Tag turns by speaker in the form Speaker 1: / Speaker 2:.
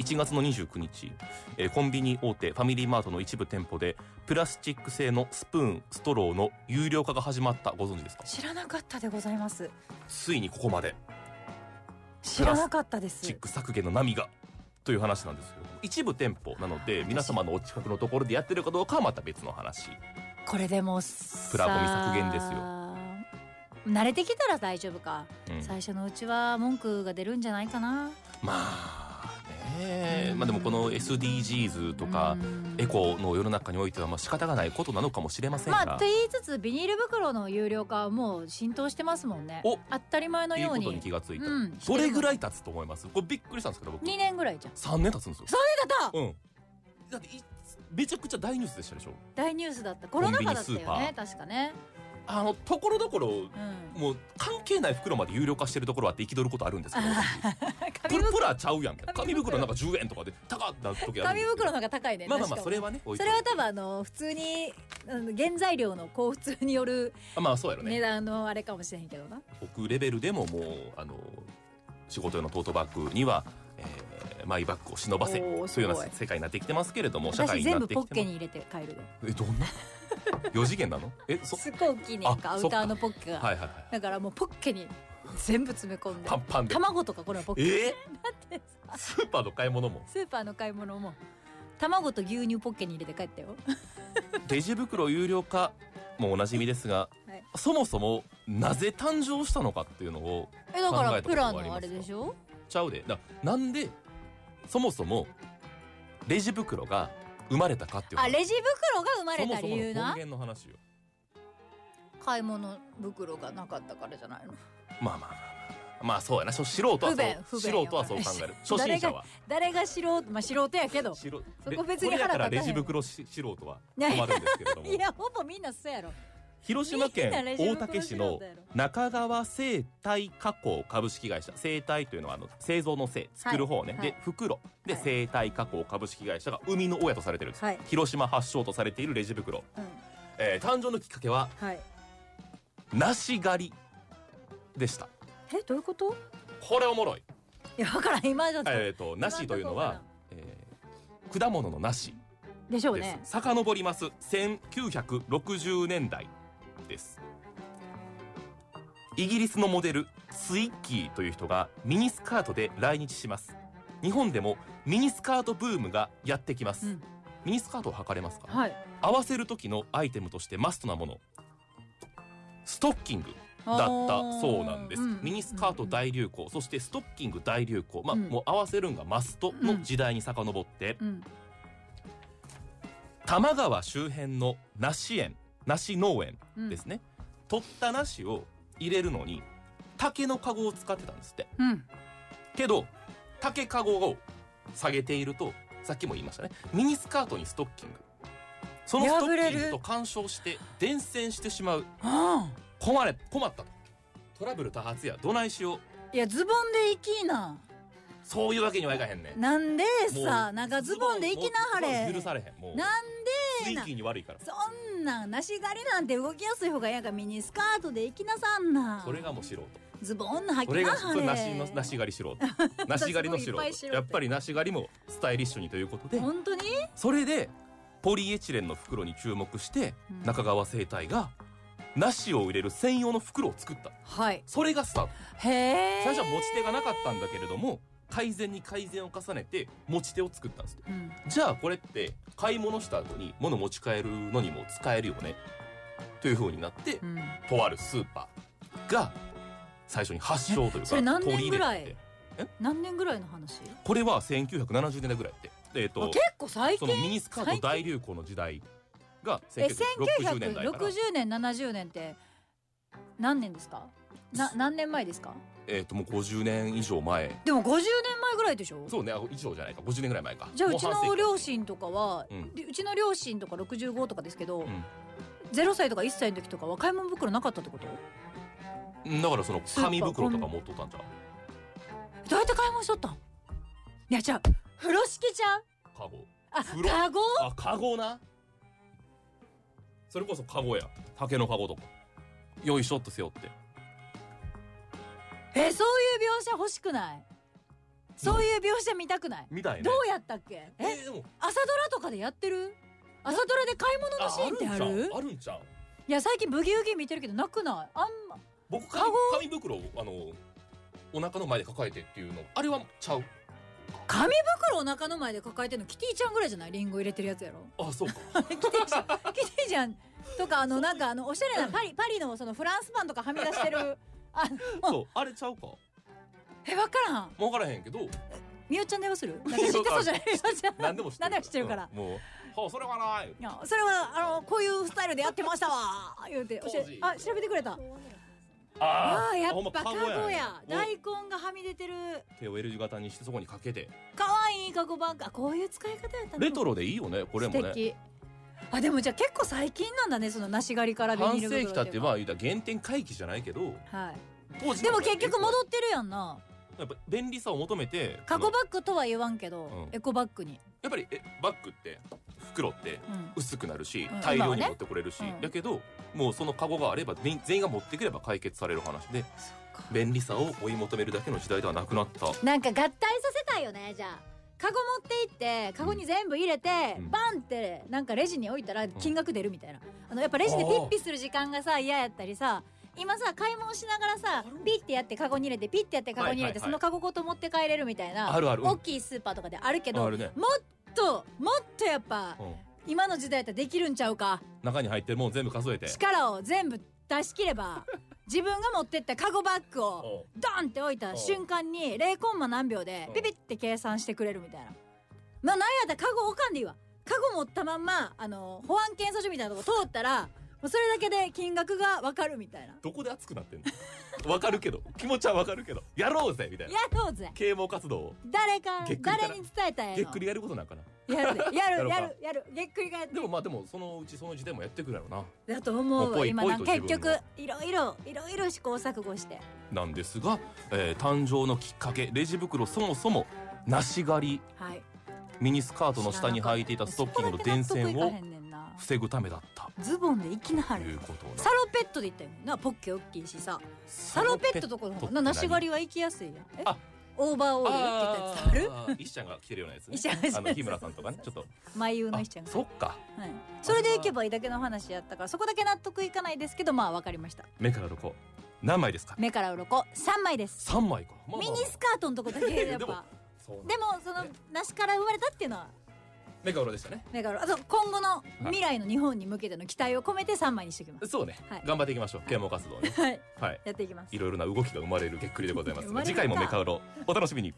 Speaker 1: 1月の29日、えーコンビニ大手ファミリーマートの一部店舗でプラスチック製のスプーンストローの有料化が始まったご存知ですか
Speaker 2: 知らなかったでございます
Speaker 1: ついにここまで
Speaker 2: 知らなかったで
Speaker 1: チ
Speaker 2: す
Speaker 1: ック削減の波がという話なんですよ一部店舗なので皆様のお近くのところでやってるかどうかはまた別の話
Speaker 2: これでも
Speaker 1: プラゴミ削減ですよ
Speaker 2: よ慣れてきたら大丈夫か、
Speaker 1: うん
Speaker 2: 最初のうちは文句が出るんじゃないかな
Speaker 1: まあねまあでもこの SDGs とか
Speaker 2: うん
Speaker 1: エコの世の中においてはまあ仕方がないことなのかもしれませんが、
Speaker 2: まあと言いつつビニール袋の有料化はもう浸透してますもんね
Speaker 1: お
Speaker 2: 当たり前の
Speaker 1: いい
Speaker 2: よ
Speaker 1: こ
Speaker 2: う
Speaker 1: と
Speaker 2: に
Speaker 1: に気がついた、
Speaker 2: うん
Speaker 1: どれぐらい経つと思いますこれびっくりしたんですけど僕
Speaker 2: 2年ぐらいじゃん
Speaker 1: 3年経つんですよ
Speaker 2: だった
Speaker 1: うんだっていめちゃくちゃ大ニュースでしたでしょ
Speaker 2: 大ニュースだったコロナ禍だったよ
Speaker 1: コンビニ
Speaker 2: ね確かね
Speaker 1: あのところどころ
Speaker 2: うん
Speaker 1: もう関係ない袋まで有料化してるところあって憤ることあるんですけどプ
Speaker 2: 紙
Speaker 1: ルプ
Speaker 2: 袋
Speaker 1: ラちゃうやんみたいな紙
Speaker 2: 紙
Speaker 1: 袋
Speaker 2: 袋
Speaker 1: なんか10円とかで高っな時あるんで
Speaker 2: 紙
Speaker 1: すけど
Speaker 2: 袋の方が高いね
Speaker 1: まあまあまあ
Speaker 2: 確
Speaker 1: そ
Speaker 2: かに
Speaker 1: れはね置い
Speaker 2: そ
Speaker 1: て
Speaker 2: れは多分あの普通にうん原材料のこう普通による
Speaker 1: あまあそうやろね
Speaker 2: 値段のあれかもしれへんけどな
Speaker 1: 僕レベルでももうあの仕事用のトートバッグには、えーマイバッグを忍ばせというよ
Speaker 2: おーすごいう
Speaker 1: な世界になってきてますけれども社会
Speaker 2: 私
Speaker 1: にな
Speaker 2: 全
Speaker 1: っ
Speaker 2: 部
Speaker 1: て
Speaker 2: ポ
Speaker 1: き
Speaker 2: ッケ
Speaker 1: て
Speaker 2: に入れて帰るで
Speaker 1: えどんな 四次元なのえそ
Speaker 2: すっごい大きいねんか
Speaker 1: あ
Speaker 2: ア
Speaker 1: そ
Speaker 2: ウ
Speaker 1: っか
Speaker 2: ターのポッケが、
Speaker 1: はいはいはい
Speaker 2: だからもうポッケに全部詰め込んで
Speaker 1: パンパンで
Speaker 2: 卵とかこれはポッケ
Speaker 1: え
Speaker 2: だって
Speaker 1: ー、スーパーの買い物も
Speaker 2: スーパーの買い物も卵と牛乳ポッケに入れて帰ったよ
Speaker 1: レジ袋有料化もおなじみですが、
Speaker 2: はい
Speaker 1: そもそもなぜ誕生したのかっていうのを
Speaker 2: えだか
Speaker 1: 考
Speaker 2: ら
Speaker 1: えたこと
Speaker 2: プラン
Speaker 1: あり
Speaker 2: の
Speaker 1: ま
Speaker 2: あ
Speaker 1: す
Speaker 2: れ
Speaker 1: か
Speaker 2: でしょ
Speaker 1: ちゃうでだなんでそもそもレジ袋が生まれたかっていう
Speaker 2: あ
Speaker 1: 話
Speaker 2: レジ袋が生まれた理由
Speaker 1: そもそもの
Speaker 2: な
Speaker 1: 根源の話よ
Speaker 2: 買い物袋がなかったからじゃないの
Speaker 1: まあまあまあまあそうやなしょ素人はそう
Speaker 2: 不便不
Speaker 1: 素
Speaker 2: 便
Speaker 1: 人はそう考える初心者は
Speaker 2: 誰が素人まあ素人やけど
Speaker 1: 素人
Speaker 2: そこ別
Speaker 1: こ
Speaker 2: に腹立たへん
Speaker 1: れやからレジ袋し 素人は
Speaker 2: ね
Speaker 1: 困るんですけれども
Speaker 2: いやほぼみんなそうやろ
Speaker 1: 広島県
Speaker 2: みんなレジ
Speaker 1: 大
Speaker 2: 袋
Speaker 1: 竹市の
Speaker 2: 素人やろ
Speaker 1: 中川生態加工株式会社生態というのはあの製造の製作る方ね、
Speaker 2: はい
Speaker 1: で袋で、
Speaker 2: はい
Speaker 1: 生態加工株式会社が生みの親とされてるんです、
Speaker 2: はい
Speaker 1: 広島発祥とされているレジ袋、
Speaker 2: うん
Speaker 1: えー誕生のきっかけは
Speaker 2: はい
Speaker 1: 梨狩りでした
Speaker 2: えどういうこと
Speaker 1: これおもろい
Speaker 2: いやだからん今ちょっと、
Speaker 1: えっ、と梨というのは、えー果物の梨
Speaker 2: でしょう
Speaker 1: です、
Speaker 2: ね
Speaker 1: 遡ります1960年代ですイギリスのモデルツイッキーという人がミニスカートで来日します日本でもミニスカートブームがやってきます、
Speaker 2: うん
Speaker 1: ミニスカートを履かれますか、
Speaker 2: はい
Speaker 1: 合わせる時のアイテムとしてマストなものストッキングだったそうなんです、ミニスカート
Speaker 2: 大
Speaker 1: 大流行、そしてストッキング大流行まあ、
Speaker 2: うん
Speaker 1: もう合わせるんがマストの時代に遡って、
Speaker 2: うん
Speaker 1: 多摩川周辺の梨園梨農園
Speaker 2: うん
Speaker 1: ですね、取った梨を入れるのに竹の籠を使ってたんですって
Speaker 2: うん
Speaker 1: けど竹籠を下げているとさっきも言いましたねミニスカートにストッキングそのストッキ
Speaker 2: 破
Speaker 1: ン
Speaker 2: れ
Speaker 1: グ
Speaker 2: る
Speaker 1: と干渉して伝染してしまう
Speaker 2: あ
Speaker 1: 困れ困ったとトラブル多発やどないしよう
Speaker 2: ーいやズボンでいきな
Speaker 1: そういうわけにはいかへんねん
Speaker 2: なんで
Speaker 1: もう
Speaker 2: さなんかズボンでいきなは
Speaker 1: も
Speaker 2: れ
Speaker 1: う許されへんもう
Speaker 2: なん
Speaker 1: 水
Speaker 2: でな
Speaker 1: 域に悪いから
Speaker 2: そんなん梨狩りなんて動きやすい方がええやんかミニスカートで行きなさんな
Speaker 1: それがもう素人
Speaker 2: ズボンの履
Speaker 1: そ
Speaker 2: き
Speaker 1: れ
Speaker 2: な
Speaker 1: が
Speaker 2: は
Speaker 1: それ
Speaker 2: れ
Speaker 1: 梨の梨狩り しろ梨狩りのし
Speaker 2: いっ
Speaker 1: ろ
Speaker 2: ぱいしろ
Speaker 1: やっぱり梨狩りもスタイリッシュにということで
Speaker 2: 本当に
Speaker 1: それでポリエチレンの袋に注目して
Speaker 2: うん
Speaker 1: 中川生態が梨を入れる専用の袋を作った
Speaker 2: はい
Speaker 1: それがスタート
Speaker 2: へえ
Speaker 1: 最初は持ち手がなかったんだけれども改善に改善を重ねて持ち手を作ったんです
Speaker 2: うん
Speaker 1: じゃあこれって買い物した後に物持ち帰るのにも使えるよねという風になって
Speaker 2: うん
Speaker 1: とあるスーパーが最初に発祥というか
Speaker 2: えそれ何年
Speaker 1: 取り入れて
Speaker 2: ぐらい何年ぐらいの話
Speaker 1: これは1970年代ぐらいって、えー、
Speaker 2: あ
Speaker 1: と
Speaker 2: 結構最
Speaker 1: そ
Speaker 2: 近
Speaker 1: のミニスカート
Speaker 2: 最近
Speaker 1: 大流行の時代が
Speaker 2: え
Speaker 1: 1960年代から、
Speaker 2: 1960年70年って何年ですかな何年前ですか
Speaker 1: えー、ともう50年以上前
Speaker 2: でも50年前ぐらいでしょ
Speaker 1: そうねあ以上じゃないか50年ぐらい前か
Speaker 2: じゃあうち
Speaker 1: も半世
Speaker 2: の
Speaker 1: 紀
Speaker 2: 両親とかは、
Speaker 1: うん
Speaker 2: でうちの両親とか65とかですけど、
Speaker 1: ん
Speaker 2: ゼロ0歳とか1歳の時とかは買い物袋なかったってこと
Speaker 1: うんだからその
Speaker 2: スーパー
Speaker 1: 紙袋とか持っとったんじゃん
Speaker 2: どうやって買い物しとったんいやじゃあ風呂敷ちゃん
Speaker 1: カゴ
Speaker 2: あ
Speaker 1: 風呂
Speaker 2: カゴ
Speaker 1: あカゴなそれこそカゴや竹のカゴとかよいしょっと背負って
Speaker 2: えそういう描写欲しくないそういう描写見たくない
Speaker 1: みたいね
Speaker 2: どうやったっけ
Speaker 1: え
Speaker 2: え
Speaker 1: でも
Speaker 2: 朝ドラとかでやってる朝ドラで買い物のシーンってあ
Speaker 1: あるん
Speaker 2: る
Speaker 1: ちゃうあるんちゃう
Speaker 2: いや最近ブギウギ見てるけどなくないあんま
Speaker 1: 僕
Speaker 2: カ
Speaker 1: 紙
Speaker 2: ゴ
Speaker 1: 紙袋をあのお腹の前で抱えてっていうのあれはちゃう
Speaker 2: 紙袋お腹の前で抱えてるのキティちゃんぐらいじゃないリンゴ入れてるやつやろ
Speaker 1: あそうか
Speaker 2: キティちゃん キティちゃんとかあのなんかあのおしゃれなパリパリのそのフランスパンとかはみ出してるあの
Speaker 1: そうあれちゃうか
Speaker 2: え分からん
Speaker 1: もう分からへんけど
Speaker 2: みおちゃん電話 するなんか知ってそうじゃないみおちゃん
Speaker 1: 何でも知 ってる
Speaker 2: 何でも知ってるから
Speaker 1: うんもうはあそれはない
Speaker 2: いやそれはあのこういうスタイルでやってましたわ言うて
Speaker 1: 当時
Speaker 2: 教えあ調べてくれたあ
Speaker 1: あ
Speaker 2: あ
Speaker 1: ー
Speaker 2: や
Speaker 1: ほん
Speaker 2: っ
Speaker 1: ま
Speaker 2: ぱカゴや
Speaker 1: ね
Speaker 2: 大根がはみ出てる
Speaker 1: うん手を L 字型にしてそこにかけて
Speaker 2: 可愛いカゴバンカーこういう使い方やったの
Speaker 1: レトロでいいよねこれも
Speaker 2: 素
Speaker 1: ね
Speaker 2: 敵あでもじゃあ結構最近なんだねその梨狩りからビニ
Speaker 1: 半
Speaker 2: ール袋
Speaker 1: 世紀経って
Speaker 2: は
Speaker 1: は言うたら原点回帰じゃないけど
Speaker 2: はい
Speaker 1: 当時
Speaker 2: で
Speaker 1: の
Speaker 2: も
Speaker 1: 方が
Speaker 2: 結局戻ってるやんな
Speaker 1: やっぱ便利さを求めて
Speaker 2: カゴ
Speaker 1: この
Speaker 2: バッグとは言わんけど、
Speaker 1: うん
Speaker 2: エコバッグに、
Speaker 1: やっぱりえバッグって袋って
Speaker 2: うん、
Speaker 1: 薄くなるし
Speaker 2: うん
Speaker 1: 大量
Speaker 2: 今は
Speaker 1: に
Speaker 2: ね
Speaker 1: 持ってこれるし、
Speaker 2: うん
Speaker 1: やけどもうそのカゴがあれば全員全員が持ってくれば解決される話で便利さを追い求めるだけの時代ではなくなった
Speaker 2: なんか合体させたいよねじゃあカゴ持って行ってカゴに全部入れて、
Speaker 1: うん
Speaker 2: バンってなんかレジに置いたら金額出るみたいな、あのやっぱレジでピッピする時間がさ嫌やったりさ今さ買い物しながらさピッてやってカゴに入れてピッてやってカゴに入れて、
Speaker 1: はいはいはい
Speaker 2: そのカゴごと持って帰れるみたいな
Speaker 1: あるあるうん
Speaker 2: 大きいスーパーとかであるけど
Speaker 1: あるね、
Speaker 2: もっともっとやっぱ
Speaker 1: うん、
Speaker 2: 今の時代やったらできるんちゃうか
Speaker 1: 中に入ってるもん全部数えて
Speaker 2: 力を全部出し切 れば自分が持ってったカゴバッグを
Speaker 1: うん
Speaker 2: ドンって置いた瞬間に0コンマ何秒で
Speaker 1: うん
Speaker 2: ピピって計算してくれるみたいな。まあ、なんやったらカゴ置かんでいいわ。カゴ持ったまんま、あの、保安検査所みたいなとこ通ったら、もうそれだけで金額がわかるみたいな。
Speaker 1: どこで熱くなってんのわかるけど気持ちはわかるけどやろうぜみたいな
Speaker 2: やろうぜ
Speaker 1: 啓蒙活動を
Speaker 2: 誰
Speaker 1: げ
Speaker 2: か
Speaker 1: っ、くりから
Speaker 2: 誰に伝えたらええ
Speaker 1: げっ
Speaker 2: の
Speaker 1: くりやることなんかな
Speaker 2: やるでやる、
Speaker 1: や
Speaker 2: や
Speaker 1: ろう
Speaker 2: る、やる。げっくり返って
Speaker 1: でもまあでもそのうちその時代もやってくるやろう
Speaker 2: だと思う
Speaker 1: もうぽ
Speaker 2: わ。
Speaker 1: い
Speaker 2: 今なんか
Speaker 1: ぽい
Speaker 2: 結
Speaker 1: と自分
Speaker 2: 局
Speaker 1: の、
Speaker 2: いろいろ、いろいろ試行錯誤して。
Speaker 1: ななんですが、えー誕生のきっかけレジ袋そもそも梨狩り
Speaker 2: はい。
Speaker 1: ミニスカートの下に履いていたストッキングの電線
Speaker 2: そこだ
Speaker 1: を
Speaker 2: け納得いかへんねんな
Speaker 1: 防ぐためだった
Speaker 2: ズボンでいきなは
Speaker 1: とい
Speaker 2: る
Speaker 1: うことな
Speaker 2: サロペットで行ったよなポッケ大きいしさサロペットとかの方がな梨狩りは行きやすいやんえ
Speaker 1: あ
Speaker 2: オーバーオールって言ったやつ伝わる
Speaker 1: あー石ちゃんが着てるようなやつね
Speaker 2: 石ちゃんが着てる
Speaker 1: あの日村さんとかねちょっと
Speaker 2: 眉優
Speaker 1: あ
Speaker 2: のしちゃんが、
Speaker 1: そっか
Speaker 2: はい、それで行けばいいだけの話やったからそこだけ納得いかないですけどまあわかりました
Speaker 1: 目から鱗何枚ですか
Speaker 2: 目から鱗三枚です
Speaker 1: 三枚か、まあまあまあ
Speaker 2: ミニスカートのとこだけやっ
Speaker 1: でも
Speaker 2: ぱ
Speaker 1: そうなん
Speaker 2: でもその梨から生まれたっていうのは
Speaker 1: 目から鱗でしたね
Speaker 2: 目から鱗あと今後の未来の日本に向けての期待を込めて三枚にしておきます
Speaker 1: そうね、
Speaker 2: はい
Speaker 1: 頑張っていきましょう啓蒙活動ね
Speaker 2: はい
Speaker 1: はい
Speaker 2: やっていきます
Speaker 1: いろいろな動きが生まれるげっくりでございます
Speaker 2: 生まれるな
Speaker 1: 次回も目から鱗お楽しみに